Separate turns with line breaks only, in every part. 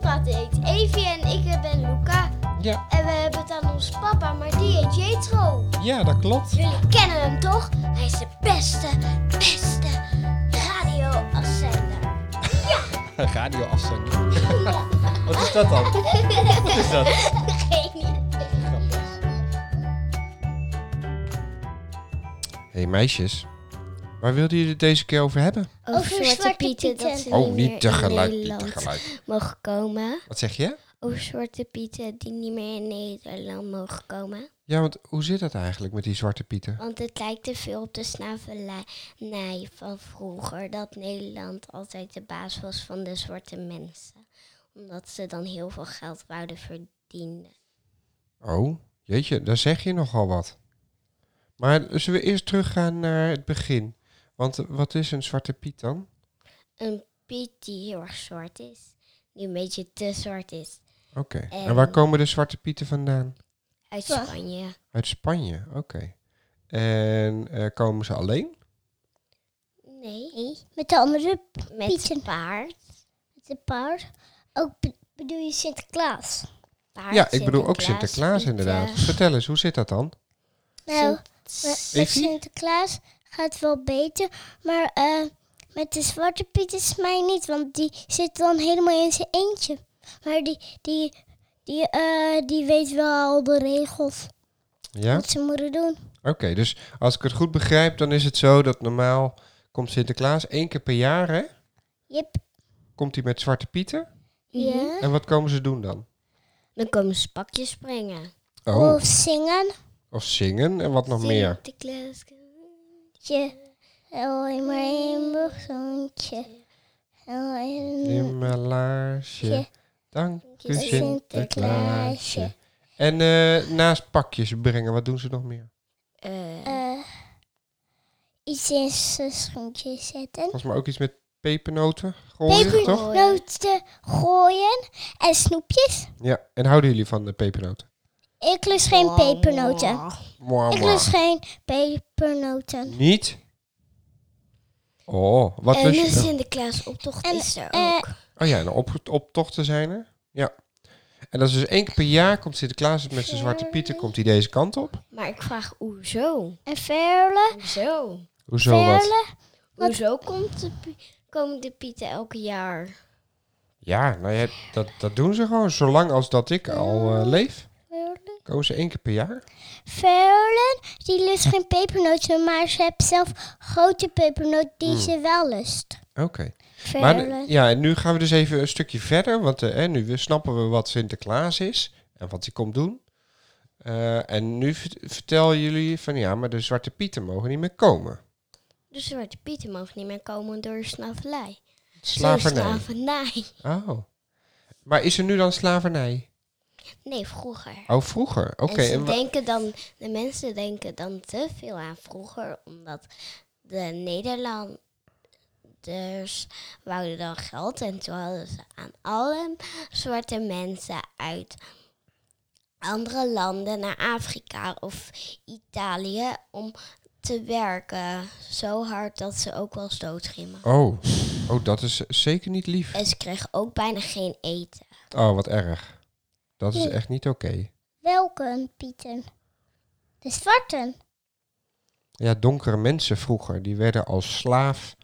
gaat eet. Evie en ik ben Luca.
Ja,
En we hebben het aan ons papa, maar die heet Jetro.
ja, dat klopt.
Jullie kennen hem toch? Hij is de beste, beste radioafzender.
Radioafzender. Wat is dat dan? Wat is dat? Grappig. hey, meisjes, waar wilden jullie het deze keer over hebben?
Over Zwarte Pieten, dat ze
Oh, niet tegelijk, niet tegelijk.
mogen komen.
Wat zeg je?
Over Zwarte Pieten die niet meer in Nederland mogen komen.
Ja, want hoe zit dat eigenlijk met die zwarte pieten?
Want het lijkt te veel op de slavernij van vroeger. Dat Nederland altijd de baas was van de zwarte mensen. Omdat ze dan heel veel geld wouden verdienen.
Oh, jeetje, daar zeg je nogal wat. Maar zullen we eerst teruggaan naar het begin? Want eh, wat is een zwarte piet dan?
Een piet die heel erg zwart is. Die een beetje te zwart is.
Oké. En...
En-
waar komen de zwarte pieten vandaan?
Uit
Ja.
Spanje.
Uit Spanje, oké. En eh, komen ze alleen?
Nee.
Met de andere,
Met
Pieten.
een paard.
met de paard. Ook be- bedoel je Sinterklaas?
Paard,
ja, ik bedoel ook Sinterklaas
pieten.
inderdaad.
eh,
Vertel eens, hoe zit dat dan?
Nou, met, met
Evie?
Sinterklaas gaat wel beter. Maar eh, met de Zwarte Piet is het mij niet. Want die zit dan helemaal in zijn eentje. Maar die, die, die, eh, die weet wel al de regels.
Ja?
Wat ze moeten doen.
Oké, dus als ik het goed begrijp, dan is het zo dat normaal komt Sinterklaas één keer per jaar, hè?
Jip.
Komt hij met zwarte pieten?
Ja.
En wat komen ze doen dan?
Dan komen ze pakjes brengen.
Oh,
Of zingen.
of zingen en wat nog meer?
Sinterklaas.
Je alleen maar een bogzoontje. Alleen
Himmelaarsje,
Ja.
dank u
Sinterklaasje.
Sinterklaasje. En eh, naast pakjes brengen, wat doen ze nog meer?
Eh,
eh iets in zijn schoentje zetten.
Volgens mij ook iets met pepernoten gooien, toch?
Pepernoten gooien en snoepjes.
Ja, en houden jullie van de pepernoten?
Ik lust geen pepernoten.
Mwah,
Ik
mwah.
lust geen pepernoten.
Niet? Oh, wat
En
lust
de
je dan?
Sinterklaasoptocht
En,
is er
eh,
ook.
Oh ja, en op, optochten zijn er. Ja. En dat is dus één keer per jaar komt Sinterklaas met zijn zwarte pieten komt hij deze kant op.
Maar ik vraag hoezo?
En verle.
Hoezo?
Hoezo wat?
Verle.
Hoezo komt de pie- komen de pieten elk jaar?
Ja, nou ja, dat, dat doen ze gewoon. Zolang als dat ik al eh, leef,
verle-
komen ze één keer per jaar.
Verle. Die lust geen pepernoten, maar ze heeft zelf grote pepernoten die ze wel lust.
Oké. Hmm. Maar nu-
Verle.
ja, en nu gaan we dus even een stukje verder. Want eh, hè, nu we- snappen we wat Sinterklaas is en wat hij komt doen. Eh, en nu vert- vertel jullie van ja, maar de zwarte pieten mogen niet meer komen.
Dus De zwarte pieten mogen niet meer komen door slavernij.
Slavernij.
Door slavernij.
Oh. Maar is er nu dan slavernij?
Nee, vroeger.
Oh, vroeger. Oké.
en ze
en wa-
denken dan, de mensen denken dan te veel aan vroeger, omdat de Nederlanders wouden dan geld en toen hadden ze aan alle zwarte mensen uit andere landen naar Afrika of Italië om te werken. Zo hard dat ze ook wel eens dood gingen.
Oh. oh, dat is zeker niet lief.
En ze kregen ook bijna geen eten.
Oh, wat erg. Dat is echt niet oké.
Welke pieten? De zwarten.
Ja, donkere mensen vroeger, die werden als slaaf,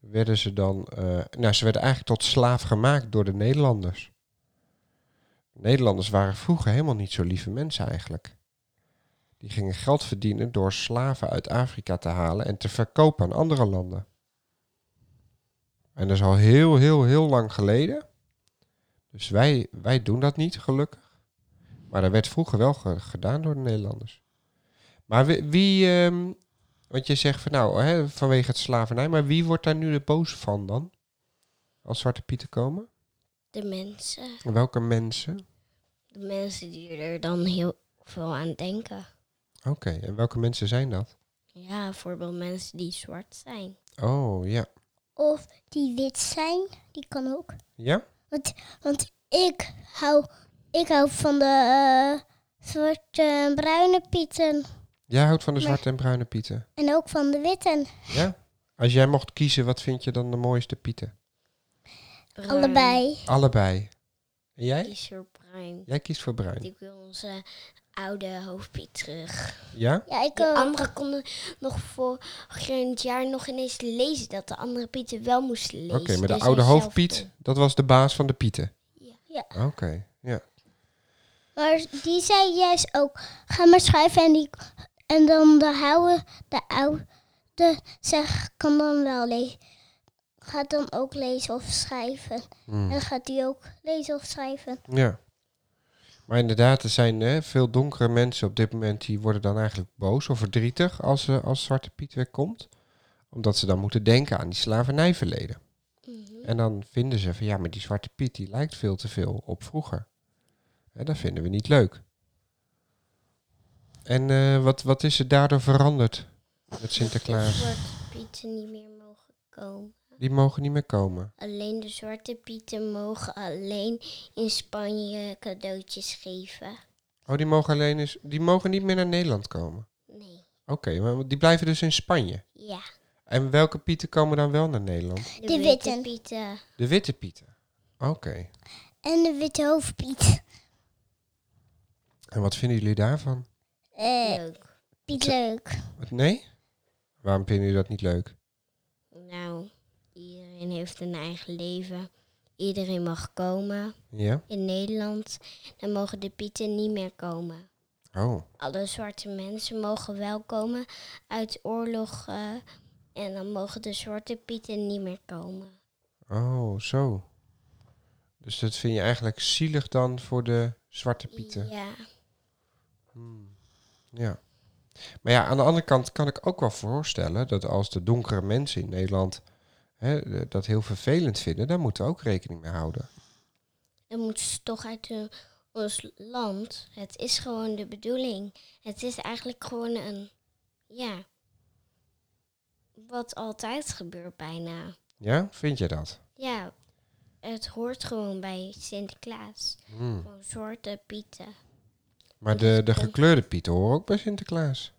werden ze dan, eh, nou, ze werden eigenlijk tot slaaf gemaakt door de Nederlanders. Nederlanders waren vroeger helemaal niet zo lieve mensen eigenlijk. Die gingen geld verdienen door slaven uit Afrika te halen en te verkopen aan andere landen. En dat is al heel, heel, heel lang geleden. Dus wij, wij doen dat niet, gelukkig. Maar dat werd vroeger wel ge- gedaan door de Nederlanders. Maar wie, wie ehm, want je zegt van nou, hè, vanwege het slavernij, maar wie wordt daar nu de boos van dan? Als Zwarte Pieten komen?
De mensen.
Welke mensen?
De mensen die er dan heel veel aan denken.
Oké, en welke mensen zijn dat?
Ja, bijvoorbeeld mensen die zwart zijn.
Oh, ja.
Of die wit zijn. Die kan ook.
Ja?
Want, want ik, hou, ik hou van de eh, zwarte en bruine pieten.
Jij houdt van de Zwarte en Bruine Pieten.
En ook van de witten.
Ja? Als jij mocht kiezen, wat vind je dan de mooiste Pieten?
Bruin.
Allebei.
Allebei. En jij?
kies voor bruin.
Jij kiest voor bruin.
Ik wil onze oude hoofdpiet terug.
Ja?
Ja, ik
De
ook.
anderen konden nog voor het jaar nog ineens lezen dat de andere pieten wel moesten lezen.
Oké, maar de
Dus
oude
hij zelf
hoofdpiet,
kon-
dat was de baas van de pieten.
Ja.
Oké, ja.
Maar die zei juist ook, ga maar schrijven en, die, en dan de oude, de oude zeg, kan dan wel lezen. Gaat dan ook lezen of schrijven.
Hmm.
En gaat die ook lezen of schrijven.
Ja. Maar inderdaad, er zijn hè, veel donkere mensen op dit moment die worden dan eigenlijk boos of verdrietig als, eh, als Zwarte Piet wegkomt. Omdat ze dan moeten denken aan die slavernijverleden.
Mhm.
En dan vinden ze van ja, maar die Zwarte Piet die lijkt veel te veel op vroeger. En dat vinden we niet leuk. En eh, wat, wat is er daardoor veranderd met
De
Sinterklaas?
zwarte pieten niet meer mogen komen.
Die mogen niet meer komen.
Alleen de zwarte pieten mogen alleen in Spanje cadeautjes geven.
Oh, die mogen, alleen eens, die mogen niet meer naar Nederland komen.
Nee,
Oké, maar die blijven dus in Spanje.
ja.
En welke pieten komen dan wel naar Nederland?
De
De, witte
witten.
pieten.
De witte pieten. Oké.
En de witte hoofdpiet.
En wat vinden jullie daarvan?
Eh,
Leuk.
Piet leuk.
Wat- Nee? Waarom vinden jullie dat niet leuk?
Nou, iedereen heeft een eigen leven. Iedereen mag komen.
Ja?
In Nederland, dan mogen de pieten niet meer komen.
Oh,
Alle zwarte mensen mogen wel komen uit oorlog. eh, en dan mogen de zwarte pieten niet meer komen.
oh, zo. Dus dat vind je eigenlijk zielig dan voor de zwarte pieten?
Ja.
Hmm. Ja. Maar ja, aan de andere kant kan ik ook wel voorstellen dat als de donkere mensen in Nederland hè, de- dat heel vervelend vinden, daar moeten we ook rekening mee houden.
Dan moeten ze toch uit hun- ons land. Het is gewoon de bedoeling. Het is eigenlijk gewoon een. Ja. Wat altijd gebeurt bijna.
Ja, vind je dat?
Ja. Het hoort gewoon bij Sinterklaas.
Hmm.
Gewoon zwarte pieten.
Maar de, de gekleurde pieten horen ook bij Sinterklaas.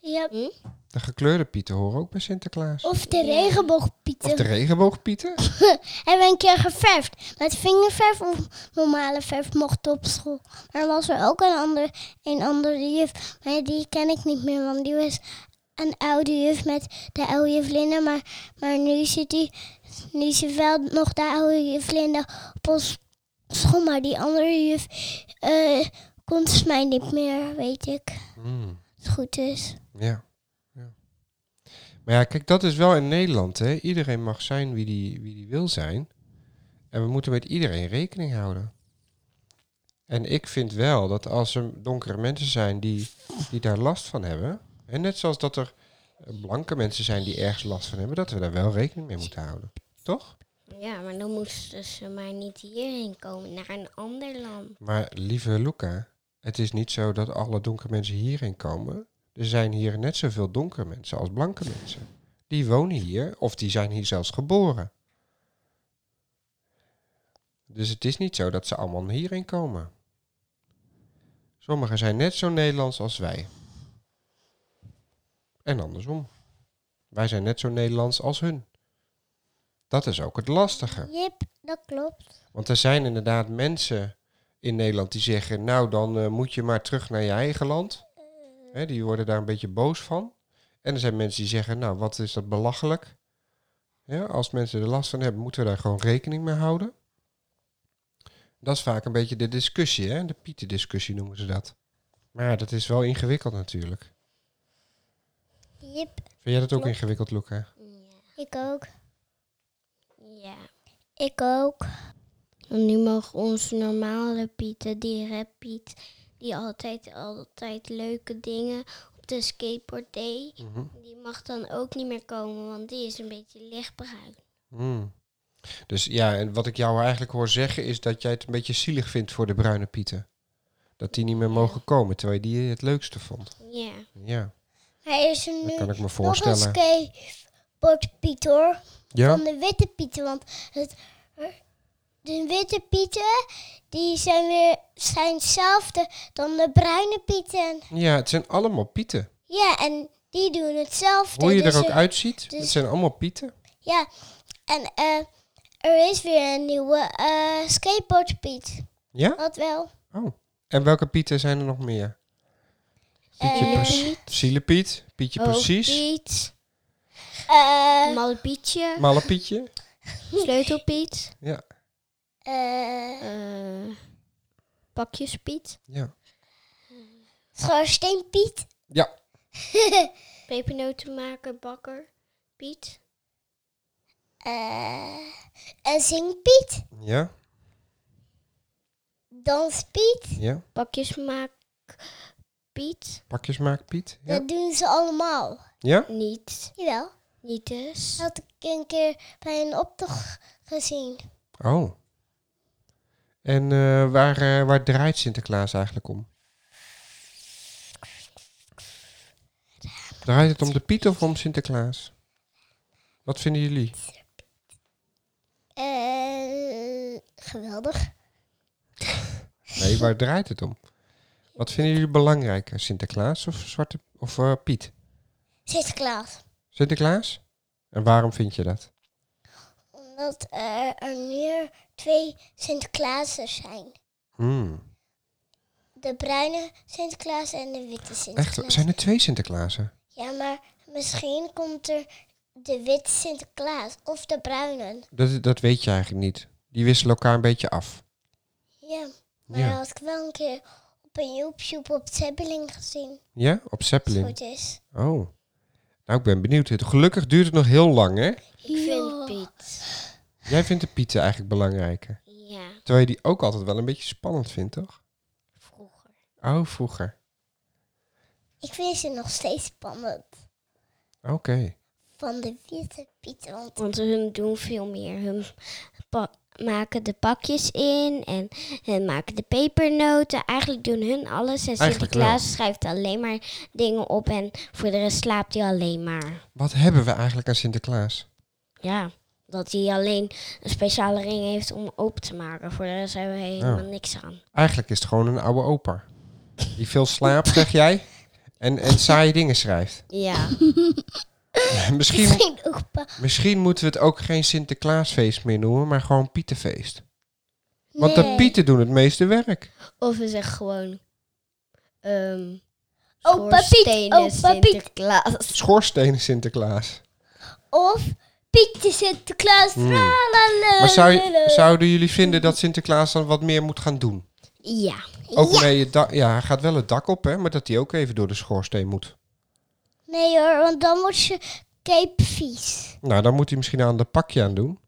Ja.
Hm?
De gekleurde pieten horen ook bij Sinterklaas.
Of de regenboogpieten.
Of de regenboogpieten?
Hebben we een keer geverfd. Met vingerverf of normale verf mocht op school. Maar er was er ook een, ander, een andere juf. Maar die ken ik niet meer, want die was een oude juf met de oude juf Linda. Maar, maar nu zit die, nu zit wel nog de oude juf Linda op ons school. Maar die andere juf eh komt volgens mij niet meer, weet ik.
Hmm.
Als het goed is.
Ja. ja. Maar ja, kijk, dat is wel in Nederland. Hè. Iedereen mag zijn wie die, wie die wil zijn. En we moeten met iedereen rekening houden. En ik vind wel dat als er donkere mensen zijn die, die daar last van hebben. En net zoals dat er eh, blanke mensen zijn die ergens last van hebben, dat we daar wel rekening mee moeten houden. Toch?
Ja, maar dan moesten ze dus maar niet hierheen komen, naar een ander land.
Maar lieve Luca, het is niet zo dat alle donkere mensen hierheen komen. Er zijn hier net zoveel donkere mensen als blanke mensen. Die wonen hier of die zijn hier zelfs geboren. Dus het is niet zo dat ze allemaal hierheen komen. Sommigen zijn net zo Nederlands als wij. En andersom. Wij zijn net zo Nederlands als hun. Dat is ook het lastige.
Jip, dat klopt.
Want er zijn inderdaad mensen in Nederland die zeggen, nou dan eh, moet je maar terug naar je eigen land.
Eh.
Hè, die worden daar een beetje boos van. En er zijn mensen die zeggen, nou wat is dat belachelijk. Ja, als mensen er last van hebben, moeten we daar gewoon rekening mee houden. Dat is vaak een beetje de discussie, hè? de pieten-discussie noemen ze dat. Maar ja, dat is wel ingewikkeld natuurlijk.
Jip,
Vind jij dat ook
Klopt.
ingewikkeld, Luca?
Ja.
ik ook.
ja.
Ik ook.
En nu mogen onze normale pieten, die rappiet, die altijd, altijd leuke dingen op de skateboard deed,
Mhm.
die mag dan ook niet meer komen, want die is een beetje lichtbruin.
Hmm. Dus ja, en wat ik jou eigenlijk hoor zeggen is dat jij het een beetje zielig vindt voor de bruine pieten. Dat die niet meer mogen komen, terwijl je die het leukste vond.
Ja.
Ja,
Maar is er
dat
nu
kan ik
nog
me
een
voorstellen.
skateboardpiet hoor.
Ja?
Van de witte pieten. Want het, de witte pieten die zijn weer zijn hetzelfde dan de bruine pieten.
ja, het zijn allemaal pieten.
Ja, en die doen hetzelfde.
Hoe je
Dus
er ook
er-
uitziet, het
dus-
zijn allemaal pieten.
Ja, en eh, er is weer een nieuwe eh skateboardpiet.
Ja?
Dat wel.
Oh. En welke Pieten zijn er nog meer? Pietje
Eh, Oh,
Precies. Zielepiet, Pietje Oh, Precies,
Hoofdpiet,
Eh,
malle Pietje,
Malle Pietje.
Sleutelpiet,
Ja,
eh,
eh, Pakjespiet,
ja.
Schoorsteenpiet.
Ja,
Pepernotenmaker, Bakker, Piet,
Eh, en zingpiet.
ja,
Danspiet.
ja.
Pakjesmaak, Piet,
Pakjesmaak Piet. Ja.
Dat doen ze allemaal.
ja?
Niet,
Jawel.
Niet dus. eens.
Dat had ik een keer bij een optocht gezien.
Oh. En eh, waar, eh, waar draait Sinterklaas eigenlijk om? Draait het om de Piet of om Sinterklaas? Wat vinden jullie?
Eh, geweldig.
Nee, waar draait het om? Wat vinden jullie belangrijker, Sinterklaas of, Zwarte, of eh, Piet?
Sinterklaas.
Sinterklaas? En waarom vind je dat?
Omdat er, er meer twee Sinterklaasen zijn.
Hmm,
De bruine Sinterklaas en de witte Sinterklaas.
Echt, zijn er twee Sinterklaasen?
Ja, maar misschien komt er de witte Sinterklaas of de bruine.
Dat, dat weet je eigenlijk niet. Die wisselen elkaar een beetje af.
Ja, maar
Ja.
dat had ik wel een keer op een YouTube op Zebbeling gezien.
Ja? Op
Als het
Zeppelin.
goed is.
Oh. Nou, ik ben benieuwd. Het- Gelukkig duurt het nog heel lang, hè?
Ik vind
Ja.
Piet.
Jij vindt de pieten eigenlijk belangrijker.
Ja,
Terwijl je die ook altijd wel een beetje spannend vindt, toch?
vroeger.
Oh, vroeger.
Ik vind ze nog steeds spannend.
Oké.
Van de witte Piet, want
Want hun doen veel meer. Hun pa- maken de pakjes in en, en maken de pepernoten. Eigenlijk doen hun alles. En
Eigenlijk
Sinterklaas schrijft alleen maar dingen op. En voor de rest slaapt hij alleen maar.
Wat hebben we eigenlijk aan Sinterklaas?
Ja, dat hij alleen een speciale ring heeft om open te maken. Voor de rest hebben we helemaal niks aan.
Eigenlijk is het gewoon een oude opa. Die veel slaapt, zeg jij? En, en saaie dingen schrijft.
Ja,
misschien,
geen opa.
misschien moeten we het ook geen Sinterklaasfeest meer noemen, maar gewoon Pietenfeest. Want de
Nee.
Pieten doen het meeste werk.
of we zeggen gewoon... ehm
Opa Piet,
schoorstenen
opa Piet.
Sinterklaas.
Schoorstenen Sinterklaas.
Of Pietje Sinterklaas. tralalala.
Hmm. Maar zou je- zouden jullie vinden dat Sinterklaas dan wat meer moet gaan doen?
Ja.
Ook mee het dak. Ja, hij gaat wel het dak op, hè, maar dat hij ook even door de schoorsteen moet.
Nee hoor, want dan wordt ze cape vies.
Nou, dan moet hij misschien aan de pakje aan doen.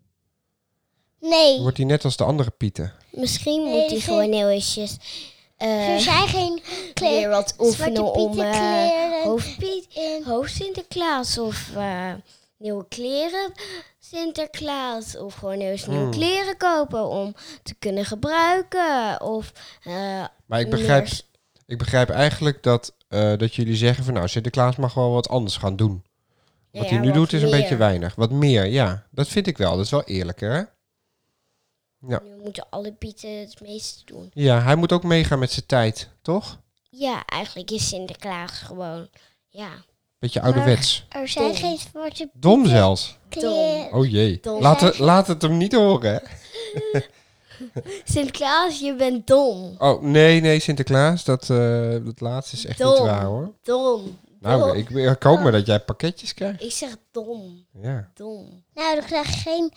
Nee,
Dan wordt hij net als de andere Pieten.
Misschien
Nee,
moet hij
die
gewoon heel eventjes
er
eh
zijn geen
weer
kleren.
wat oefenen
Zwarte
om
Pieten
eh
kleren.
hoofd, Piet-
in.
hoofd Sinterklaas of eh, nieuwe kleren Sinterklaas. Of gewoon heel eens
Hmm.
nieuwe kleren kopen om te kunnen gebruiken. Of, eh,
Maar ik begrijp,
meer s-
ik begrijp eigenlijk dat, eh, dat jullie zeggen van nou, Sinterklaas mag wel wat anders gaan doen. Wat
Ja,
hij nu
wat
doet is een
meer.
beetje weinig. Wat meer, ja. Dat vind ik wel. Dat is wel eerlijker, hè?
Nu moeten alle pieten het meeste doen.
Ja, hij moet ook meegaan met zijn tijd, toch?
Ja, eigenlijk is Sinterklaas gewoon... Ja,
Beetje ouderwets.
Er zijn
Dom.
geen zwarte
Dom zelfs.
kleren.
Oh jee.
Dom.
Laat, het- laat het hem niet horen, hè?
Sinterklaas, je bent dom.
Oh, nee, nee, Sinterklaas. Dat, eh, dat laatste is echt niet
Dom.
waar, hoor.
Dom.
Nou,
Dom.
ik, ik hoop maar dat jij pakketjes krijgt.
Ik zeg dom.
Ja.
Dom.
Nou, dan krijg je geen...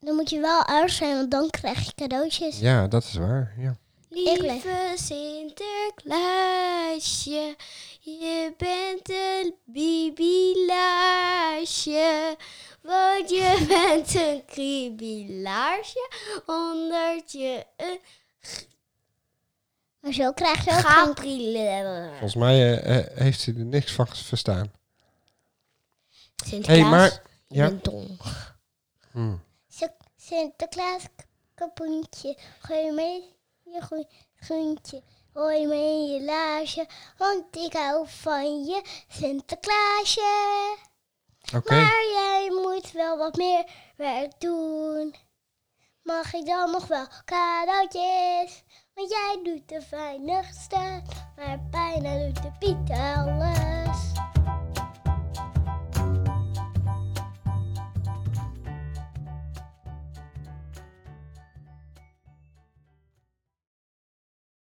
Dan moet je wel oud zijn, want dan krijg je cadeautjes.
Ja, dat is waar. Ja.
Lieve Sinterklaasje, je bent een bibilaasje. Want je bent een kriebelaarsje, onder je een
Maar zo krijg je ook geen...
gabrielaar.
Volgens mij eh, eh, heeft ze er niks van verstaan.
Sinterklaas,
maar-
je
ja.
bent dom.
Zo- Sinterklaas k- kapoentje. Gooi mee in je groen- groentje. Gooi mee in je laarsje. Want ik hou van je Sinterklaasje.
Oké.
Maar jij moet wel wat meer werk doen. Mag ik dan nog wel cadeautjes? Want jij doet de veiligste, maar bijna doet de Piet alles.